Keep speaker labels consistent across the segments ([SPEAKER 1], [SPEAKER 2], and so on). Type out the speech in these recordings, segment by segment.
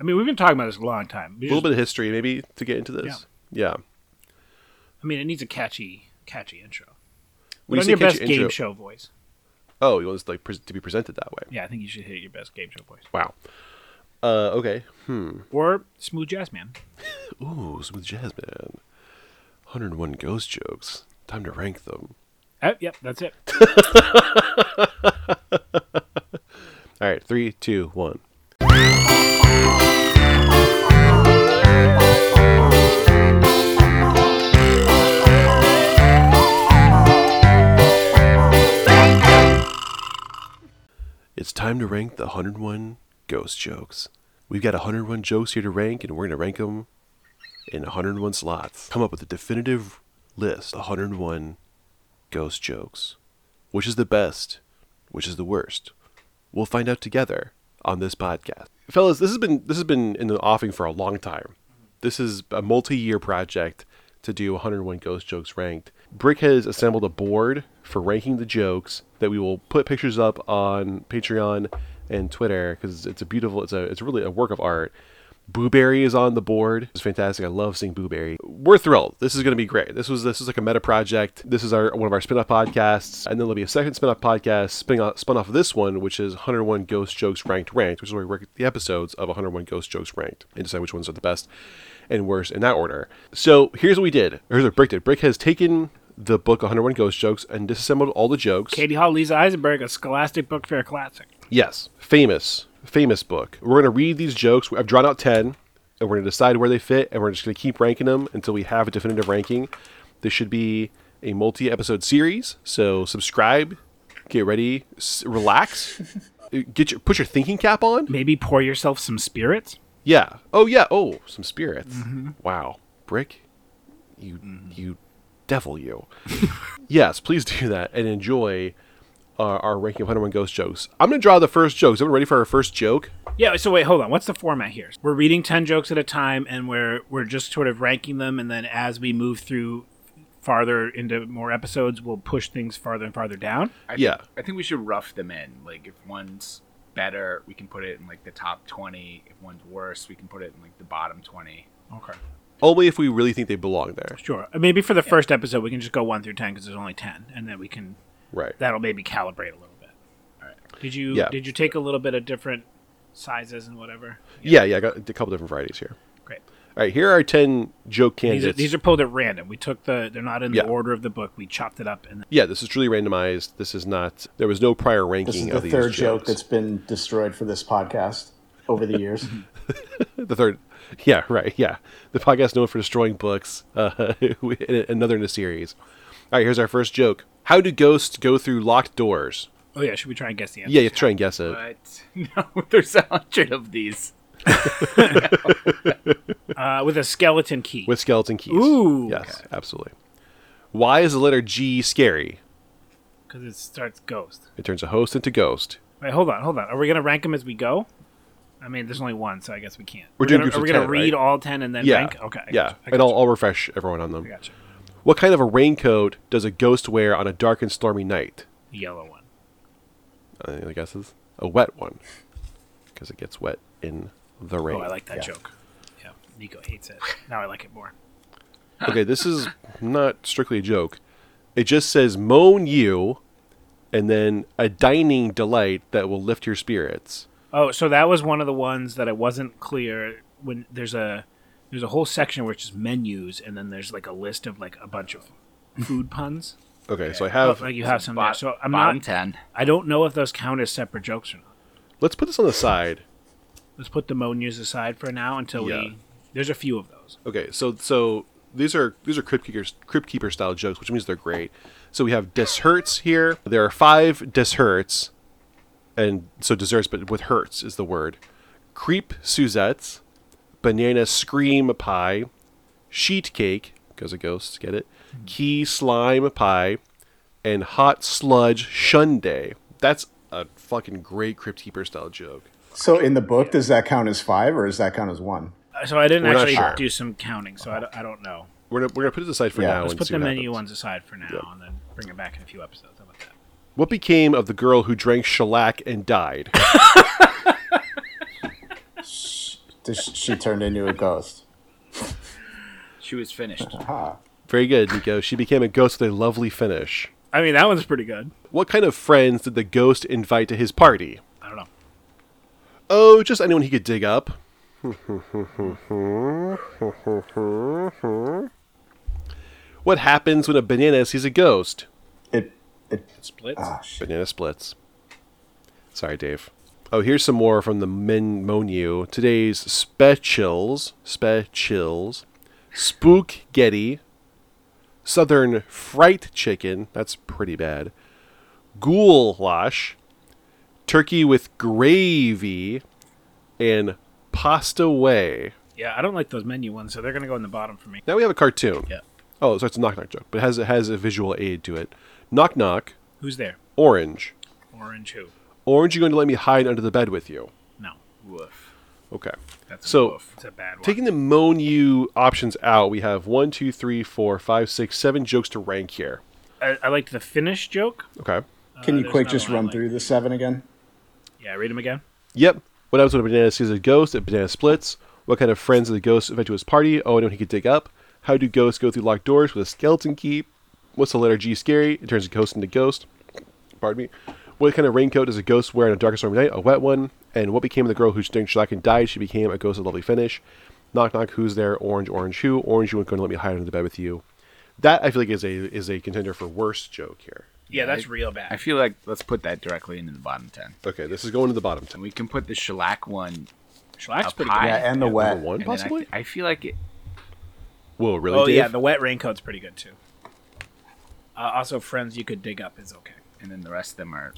[SPEAKER 1] I mean, we've been talking about this a long time.
[SPEAKER 2] A little bit of history, maybe, to get into this. Yeah.
[SPEAKER 1] I mean, it needs a catchy, catchy intro.
[SPEAKER 2] When
[SPEAKER 1] Put
[SPEAKER 2] you
[SPEAKER 1] on
[SPEAKER 2] say
[SPEAKER 1] your
[SPEAKER 2] catchy
[SPEAKER 1] best
[SPEAKER 2] intro-
[SPEAKER 1] game show voice.
[SPEAKER 2] Oh, you want this like pres to be presented that way?
[SPEAKER 1] Yeah, I think you should hit your best game show voice
[SPEAKER 2] Wow. Uh, okay.
[SPEAKER 1] or smooth jazz man.
[SPEAKER 2] Ooh, smooth jazz man. 101 ghost jokes. Time to rank them.
[SPEAKER 1] Uh, yep, that's it.
[SPEAKER 2] All right, three, two, one. It's time to rank the 101 ghost jokes. We've got 101 jokes here to rank, and we're going to rank them in 101 slots. Come up with a definitive list 101 ghost jokes. Which is the best? Which is the worst? We'll find out together on this podcast. Fellas, this has been this has been in the offing for a long time. This is a multi-year project to do 101 ghost jokes ranked. Brick has assembled a board for ranking the jokes that we will put pictures up on Patreon and Twitter because it's a beautiful it's a it's really a work of art. Booberry is on the board. It's fantastic. I love seeing Booberry. We're thrilled. This is going to be great. This was this is like a meta project. This is our one of our spin-off podcasts, and then there'll be a second spin-off podcast spin off, spun off of this one, which is 101 Ghost Jokes Ranked Ranked, which is where we rank the episodes of 101 Ghost Jokes Ranked and decide which ones are the best and worst in that order. So here's what we did. Here's what Brick did. Brick has taken the book 101 Ghost Jokes and disassembled all the jokes.
[SPEAKER 1] Katie Hall, Lisa Eisenberg, a Scholastic Book Fair classic.
[SPEAKER 2] Yes, famous, famous book. We're gonna read these jokes. I've drawn out ten, and we're gonna decide where they fit, and we're just gonna keep ranking them until we have a definitive ranking. This should be a multi-episode series. So subscribe, get ready, s- relax, get your put your thinking cap on.
[SPEAKER 1] Maybe pour yourself some spirits.
[SPEAKER 2] Yeah. Oh yeah. Oh, some spirits. Wow, brick, you you devil you. yes, please do that and enjoy. Uh, our ranking of 101 ghost jokes. I'm going to draw the first jokes. Everyone ready for our first joke?
[SPEAKER 1] Yeah. So wait, hold on. What's the format here? We're reading ten jokes at a time, and we're we're just sort of ranking them, and then as we move through farther into more episodes, we'll push things farther and farther down.
[SPEAKER 3] I
[SPEAKER 2] Yeah.
[SPEAKER 3] Think, I think we should rough them in. Like if one's better, we can put it in like the top twenty. If one's worse, we can put it in like the bottom twenty.
[SPEAKER 1] Okay.
[SPEAKER 2] Only if we really think they belong there.
[SPEAKER 1] Sure. Uh, Maybe for the first episode, we can just go one through ten because there's only ten, and then we can
[SPEAKER 2] Right.
[SPEAKER 1] that'll maybe calibrate a little bit. All right. Did you
[SPEAKER 2] Yeah.
[SPEAKER 1] did you take a little bit of different sizes and whatever?
[SPEAKER 2] yeah, yeah, I got a couple different varieties here.
[SPEAKER 1] Great.
[SPEAKER 2] All right, here are 10 joke
[SPEAKER 1] These are,
[SPEAKER 2] candidates.
[SPEAKER 1] these are pulled at random. We took the they're not in
[SPEAKER 2] Yeah.
[SPEAKER 1] the order of the book. We chopped it up and
[SPEAKER 2] yeah, this is truly randomized. This is not, there was no prior ranking
[SPEAKER 4] This is
[SPEAKER 2] of
[SPEAKER 4] the
[SPEAKER 2] these
[SPEAKER 4] third joke
[SPEAKER 2] jokes.
[SPEAKER 4] that's been destroyed for this podcast over the years.
[SPEAKER 2] the third. Yeah, right. Yeah. The podcast known for destroying books. Uh, another in a series. All right, here's our first joke How do ghosts go through locked doors?
[SPEAKER 1] oh yeah, should we try and guess the answer?
[SPEAKER 2] Yeah, you have to try and guess it.
[SPEAKER 3] But no, there's a hundred of these.
[SPEAKER 1] Uh, with a skeleton key.
[SPEAKER 2] With skeleton keys.
[SPEAKER 1] Ooh.
[SPEAKER 2] Yes, absolutely. Why is the letter G scary?
[SPEAKER 1] because it starts ghost.
[SPEAKER 2] It turns a host into ghost.
[SPEAKER 1] Wait, hold on, hold on. Are we gonna rank them as we go? I mean, there's only one, so I guess we can't.
[SPEAKER 2] We're doing
[SPEAKER 1] gonna,
[SPEAKER 2] groups
[SPEAKER 1] are
[SPEAKER 2] of
[SPEAKER 1] we gonna
[SPEAKER 2] 10,
[SPEAKER 1] read
[SPEAKER 2] right?
[SPEAKER 1] all ten and then
[SPEAKER 2] Yeah.
[SPEAKER 1] rank? Okay. I
[SPEAKER 2] yeah.
[SPEAKER 1] gotcha, I
[SPEAKER 2] and
[SPEAKER 1] gotcha,
[SPEAKER 2] I'll, I'll refresh everyone on them.
[SPEAKER 1] I gotcha.
[SPEAKER 2] What kind of a raincoat does a ghost wear on a dark and stormy night?
[SPEAKER 1] The yellow one.
[SPEAKER 2] Uh, Any other guesses? A wet one, because it gets wet in the rain.
[SPEAKER 1] Oh, I like that joke. Yeah, Nico hates it. Now I like it more.
[SPEAKER 2] okay, this is not strictly a joke. It just says "moan you," and then a dining delight that will lift your spirits.
[SPEAKER 1] Oh, so that was one of the ones that I wasn't clear when there's a there's a whole section where it's just menus and then there's like a list of like a bunch of food puns.
[SPEAKER 2] Okay, so I
[SPEAKER 1] Oh,
[SPEAKER 2] have.
[SPEAKER 1] like you have some there.
[SPEAKER 3] Bot-
[SPEAKER 1] So I'm
[SPEAKER 3] bottom
[SPEAKER 1] not
[SPEAKER 3] ten.
[SPEAKER 1] I don't know if those count as separate jokes or not.
[SPEAKER 2] Let's put this on the side.
[SPEAKER 1] Let's put the menus aside for now until
[SPEAKER 2] Yeah.
[SPEAKER 1] we there's a few of those.
[SPEAKER 2] Okay, so so these are these are crypt keepers crypt keeper style jokes, which means they're great. So we have desserts here. There are five desserts, and so desserts, but with hurts is the word. Creep Suzette's, banana scream pie, sheet cake because of ghosts. Get it?
[SPEAKER 1] Hmm.
[SPEAKER 2] Key slime pie, and hot sludge shunday. That's a fucking great crypt keeper style joke.
[SPEAKER 4] so in the book, does that count as five or does that count as one?
[SPEAKER 1] Uh, So I didn't
[SPEAKER 2] We're not
[SPEAKER 1] actually
[SPEAKER 2] sure.
[SPEAKER 1] do some counting, so I don't, I don't know.
[SPEAKER 2] We're gonna, we're gonna put it aside for
[SPEAKER 4] Yeah,
[SPEAKER 2] now.
[SPEAKER 1] Let's
[SPEAKER 2] and
[SPEAKER 1] put
[SPEAKER 2] see
[SPEAKER 1] the
[SPEAKER 2] what
[SPEAKER 1] menu
[SPEAKER 2] happens.
[SPEAKER 1] ones aside for now and then bring them back in a few episodes. How about that?
[SPEAKER 2] What became of the girl who drank shellac and died?
[SPEAKER 4] This- she turned into a ghost.
[SPEAKER 3] She was finished.
[SPEAKER 4] Huh.
[SPEAKER 2] Very good, Nico. She became a ghost with a lovely finish.
[SPEAKER 1] I mean, that one's pretty good.
[SPEAKER 2] What kind of friends did the ghost invite to his party?
[SPEAKER 1] I don't know.
[SPEAKER 2] Oh, just anyone he could dig up. what happens when a banana sees a ghost?
[SPEAKER 4] It. It.
[SPEAKER 1] Splits.
[SPEAKER 4] Ah, shit.
[SPEAKER 2] Banana splits. Sorry, Dave. Oh, here's some more from the men menu. Today's specials, specials, spook getty, southern fright chicken. That's pretty bad. Goulash, turkey with gravy, and pasta way.
[SPEAKER 1] Yeah, I don't like those menu ones, so they're gonna go in the bottom for me.
[SPEAKER 2] Now we have a cartoon.
[SPEAKER 1] Yeah.
[SPEAKER 2] Oh, so it's a knock knock joke, but it has it has a visual aid to it. Knock knock,
[SPEAKER 1] Who's there?
[SPEAKER 2] orange.
[SPEAKER 1] Orange who?
[SPEAKER 2] Orange, you going to let me hide under the bed with you?
[SPEAKER 1] No,
[SPEAKER 3] Woof.
[SPEAKER 2] Okay.
[SPEAKER 3] That's a
[SPEAKER 2] So-
[SPEAKER 3] woof.
[SPEAKER 1] it's a bad one.
[SPEAKER 2] Taking the Monu options out, we have one, two, three, four, five, six, seven jokes to rank here.
[SPEAKER 1] I, I liked the finish joke.
[SPEAKER 2] Okay.
[SPEAKER 4] Can
[SPEAKER 1] Uh,
[SPEAKER 4] you
[SPEAKER 1] there's
[SPEAKER 4] quick
[SPEAKER 1] another
[SPEAKER 4] just
[SPEAKER 1] one I
[SPEAKER 4] run
[SPEAKER 1] like.
[SPEAKER 4] through the seven again?
[SPEAKER 1] Yeah, read them again.
[SPEAKER 2] Yep. What happens when a banana sees a ghost at banana splits? What kind of friends did the ghost invite to his party? Oh, anyone he could dig up? How do ghosts go through locked doors with a skeleton key? What's the letter G scary? It turns a ghost into ghost. Pardon me. What kind of raincoat does a ghost wear on a dark and stormy night? A wet one. And what became of the girl who drank shellac and died? She became a ghost of lovely finish. Knock knock. Who's there? Orange, orange. Who? Orange. You weren't going to let me hide under the bed with you. That I feel like is a is a contender for worst joke here.
[SPEAKER 1] Yeah, that's
[SPEAKER 3] I-
[SPEAKER 1] real bad.
[SPEAKER 3] I feel like let's put that directly into the bottom ten.
[SPEAKER 2] Okay, this is going to the bottom ten.
[SPEAKER 3] And we can put the shellac one.
[SPEAKER 1] Shellack's
[SPEAKER 3] Up
[SPEAKER 1] pretty
[SPEAKER 3] high.
[SPEAKER 1] good.
[SPEAKER 4] Yeah, and the
[SPEAKER 2] Number
[SPEAKER 4] wet.
[SPEAKER 2] one,
[SPEAKER 3] and then I
[SPEAKER 2] possibly.
[SPEAKER 3] th- I, feel like it.
[SPEAKER 2] Whoa, really?
[SPEAKER 1] Oh
[SPEAKER 2] Dave?
[SPEAKER 1] yeah, the wet raincoat's pretty good too. Uh, also, friends you could dig up is okay.
[SPEAKER 3] And then the rest of them are.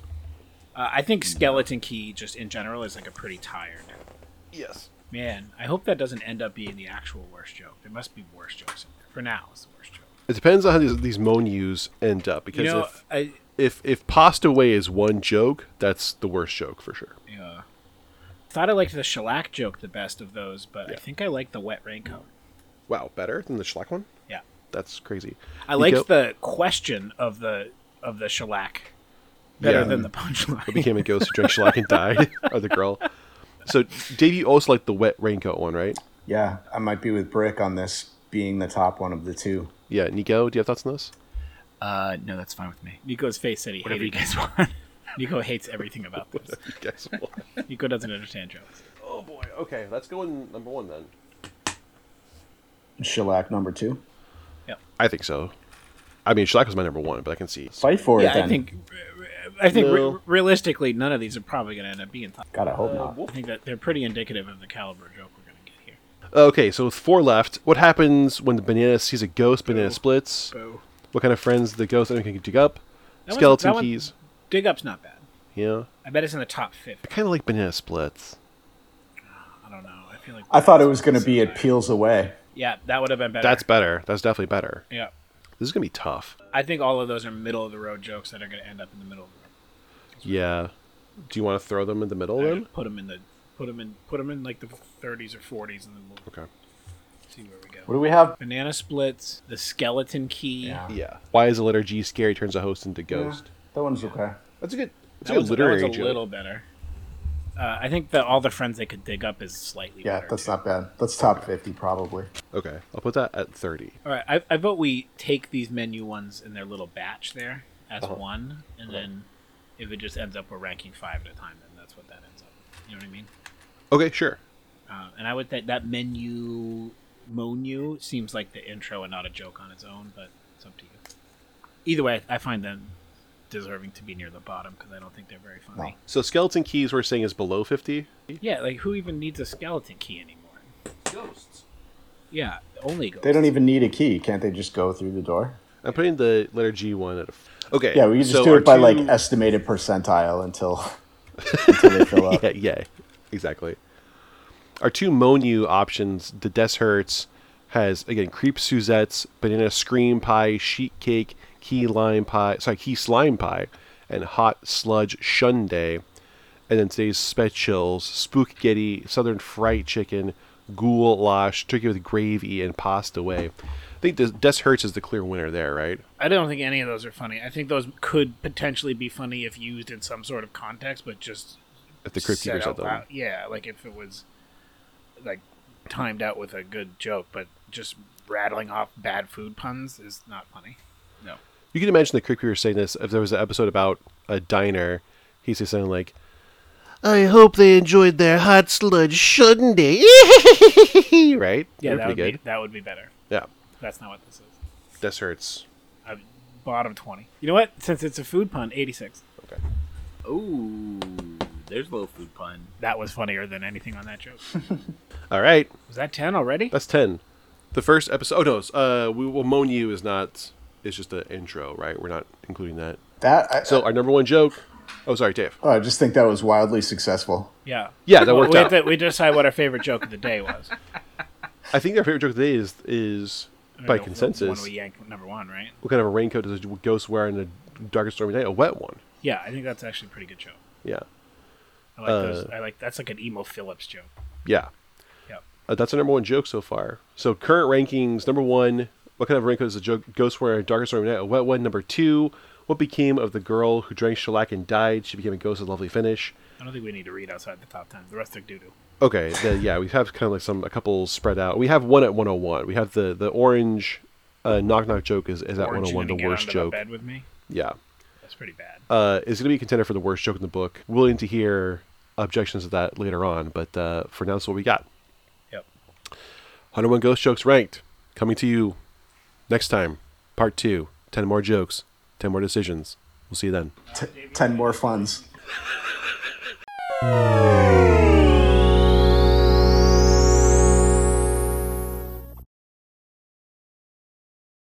[SPEAKER 1] Uh, I
[SPEAKER 3] Mm.
[SPEAKER 1] think skeleton key just in general is like a pretty tired.
[SPEAKER 2] yes.
[SPEAKER 1] Man, I hope that doesn't end up being the actual worst joke. There must be worse jokes in there. For now, it's the worst joke.
[SPEAKER 2] It depends on how these, these menus end up because
[SPEAKER 1] You know,
[SPEAKER 2] if,
[SPEAKER 1] I
[SPEAKER 2] if if pasta way is one joke, that's the worst joke for sure.
[SPEAKER 1] uh, thought I liked the shellac joke the best of those, but I think I like the wet raincoat.
[SPEAKER 2] Wow, better than the schlock one?
[SPEAKER 1] Yeah,
[SPEAKER 2] That's crazy.
[SPEAKER 1] I
[SPEAKER 2] Nico,
[SPEAKER 1] liked the question of the of the shellac better
[SPEAKER 2] Yeah.
[SPEAKER 1] than the punchline.
[SPEAKER 2] became a ghost who drank shellac and died, or the girl. So Dave, you also like the wet raincoat one, right?
[SPEAKER 4] Yeah, I might be with Brick on this being the top one of the two.
[SPEAKER 2] Yeah, Nico, do you have thoughts on this?
[SPEAKER 3] Uh, no, that's fine with me.
[SPEAKER 1] Nico's face said he
[SPEAKER 3] Whatever you
[SPEAKER 1] hated.
[SPEAKER 3] guys want.
[SPEAKER 1] Nico hates everything about this.
[SPEAKER 2] You guys will.
[SPEAKER 1] Nico doesn't understand jokes.
[SPEAKER 2] oh boy. Okay, let's go in number one then.
[SPEAKER 4] Shellac number two.
[SPEAKER 2] I think so. I mean, shellac was my number one, but I can see.
[SPEAKER 4] Fight for it
[SPEAKER 1] Yeah,
[SPEAKER 4] then.
[SPEAKER 1] I think I think
[SPEAKER 2] No.
[SPEAKER 1] re- realistically, none of these are probably going to end up being top.
[SPEAKER 4] God, I hope not.
[SPEAKER 1] I think that they're pretty indicative of the caliber of joke we're going to get here.
[SPEAKER 2] Okay, so with four left, what happens when the banana sees a ghost? Banana
[SPEAKER 1] Boo.
[SPEAKER 2] splits.
[SPEAKER 1] Boo.
[SPEAKER 2] What kind of friends the ghost anyone can dig up?
[SPEAKER 1] That one's-
[SPEAKER 2] Skeleton
[SPEAKER 1] that one-
[SPEAKER 2] keys.
[SPEAKER 1] Dig up's not bad.
[SPEAKER 2] Yeah.
[SPEAKER 1] I bet it's in the top fifty.
[SPEAKER 2] I kind of like banana splits.
[SPEAKER 1] I don't know. I feel like
[SPEAKER 4] I thought it was going to be it peels away.
[SPEAKER 1] yeah, that would have been better.
[SPEAKER 2] That's better. That's definitely better.
[SPEAKER 1] yeah.
[SPEAKER 2] This is gonna be tough.
[SPEAKER 1] I think all of those are middle of the road jokes that are going to end up in the middle of the road.
[SPEAKER 2] Yeah. Do you want to throw them in the middle
[SPEAKER 1] I
[SPEAKER 2] then?
[SPEAKER 1] would Put them in the put them in put 'em in like the 30s or 40s, and then we'll
[SPEAKER 2] Okay.
[SPEAKER 1] see where we go.
[SPEAKER 4] What do we have?
[SPEAKER 1] Banana splits, the skeleton key.
[SPEAKER 4] Yeah.
[SPEAKER 2] Yeah. Why is the letter G scary? Turns a host into ghost.
[SPEAKER 4] That one's okay.
[SPEAKER 2] That's a good. That's
[SPEAKER 1] That
[SPEAKER 2] a good
[SPEAKER 1] was, that was
[SPEAKER 2] literary
[SPEAKER 1] a
[SPEAKER 2] joke.
[SPEAKER 1] little better. Uh, I think that all the friends they could dig up is slightly
[SPEAKER 4] Yeah,
[SPEAKER 1] better.
[SPEAKER 4] that's not bad. That's top 50 probably.
[SPEAKER 2] Okay, I'll put that at thirty.
[SPEAKER 1] All right, I, I vote we take these menu ones in their little batch there as
[SPEAKER 4] Uh-huh.
[SPEAKER 1] one, and then if it just ends up we're ranking five at a time, then that's what that ends up. You know what I mean?
[SPEAKER 2] Okay, sure.
[SPEAKER 1] Uh, and I would think that menu menu seems like the intro and not a joke on its own, but it's up to you. Either way, I find them deserving to be near the bottom because I don't think they're very funny.
[SPEAKER 2] So skeleton keys we're saying is below fifty.
[SPEAKER 1] Yeah, like who even needs a skeleton key anymore?
[SPEAKER 3] Ghosts.
[SPEAKER 1] Yeah, only ghosts.
[SPEAKER 4] They don't even need a key. Can't they just go through the door?
[SPEAKER 2] I'm putting the letter G one at a. F- okay.
[SPEAKER 4] Yeah, we can just
[SPEAKER 2] so
[SPEAKER 4] do
[SPEAKER 2] our
[SPEAKER 4] it by
[SPEAKER 2] two-
[SPEAKER 4] like estimated percentile until until they fill up.
[SPEAKER 2] Yeah, yeah, exactly. Our two Monu options, the Desherts, has again creep Suzette's, banana scream pie, sheet cake, key lime pie, sorry, key slime pie, and hot sludge shundae. And then today's specials, spook getty, southern fried chicken, goulash, turkey with gravy, and pasta way. I think the Desherts is the clear winner there, right?
[SPEAKER 1] I don't think any of those are funny. I think those could potentially be funny if used in some sort of context, but just
[SPEAKER 2] If the crypt
[SPEAKER 1] said
[SPEAKER 2] keeper said
[SPEAKER 1] out
[SPEAKER 2] that.
[SPEAKER 1] loud- Yeah, like if it was like timed out with a good joke, but just rattling off bad food puns is not funny.
[SPEAKER 3] No.
[SPEAKER 2] You can imagine the creepy was saying this if there was an episode about a diner. He'd say something like, "I hope they enjoyed their hot sludge Sunday." right?
[SPEAKER 1] Yeah,
[SPEAKER 2] They're
[SPEAKER 1] that
[SPEAKER 2] pretty
[SPEAKER 1] would
[SPEAKER 2] good.
[SPEAKER 1] be that would be better.
[SPEAKER 2] Yeah,
[SPEAKER 1] That's not what this is.
[SPEAKER 2] this hurts.
[SPEAKER 1] I, bottom twenty. You know what? Since it's a food pun, eighty six.
[SPEAKER 2] Okay.
[SPEAKER 3] Ooh, there's a little food pun.
[SPEAKER 1] That was funnier than anything on that joke.
[SPEAKER 2] All right,
[SPEAKER 1] Was that ten already?
[SPEAKER 2] that's ten. The first episode. Oh no, uh, we will moan you is not. It's just an intro, right? We're not including that.
[SPEAKER 4] That I,
[SPEAKER 2] So our number one joke. Oh, sorry, Dave.
[SPEAKER 4] oh, I just think that was wildly successful.
[SPEAKER 1] Yeah.
[SPEAKER 2] Yeah, that
[SPEAKER 1] Well,
[SPEAKER 2] worked
[SPEAKER 1] we
[SPEAKER 2] out.
[SPEAKER 1] have to- we decide what our favorite joke of the day was.
[SPEAKER 2] I think our favorite joke today is is by
[SPEAKER 1] The One
[SPEAKER 2] consensus.
[SPEAKER 1] we yanked number one, right?
[SPEAKER 2] What kind of a raincoat does a ghost wear in a dark and stormy night? A wet one.
[SPEAKER 1] Yeah, I think that's actually a pretty good joke.
[SPEAKER 2] Yeah.
[SPEAKER 1] I
[SPEAKER 2] Uh,
[SPEAKER 1] like those. I like that's like an emo Phillips joke.
[SPEAKER 2] Yeah.
[SPEAKER 1] Yep.
[SPEAKER 2] Uh, that's our number one joke so far. So current rankings: number one, what kind of raincoat is a joke? Ghost wear in a darker stormy night. A wet one. Number two, what became of the girl who drank shellac and died? She became a ghost with a lovely finish.
[SPEAKER 1] I don't think we need to read outside the top ten. The rest are doo doo.
[SPEAKER 2] Okay, then, yeah, we have kind of like some a couple spread out. We have one at 101. We have the the orange uh, knock knock joke is, is at 101 the worst joke.
[SPEAKER 1] bed with me.
[SPEAKER 2] Yeah,
[SPEAKER 1] That's pretty bad.
[SPEAKER 2] uh, is going to be a contender for the worst joke in the book. Willing to hear objections to that later on, but uh, for now, that's what we got.
[SPEAKER 1] Yep.
[SPEAKER 2] 101 Ghost Jokes Ranked. Coming to you next time. Part 2. 10 more jokes. 10 more decisions. We'll see you then.
[SPEAKER 4] T- Ten more funds.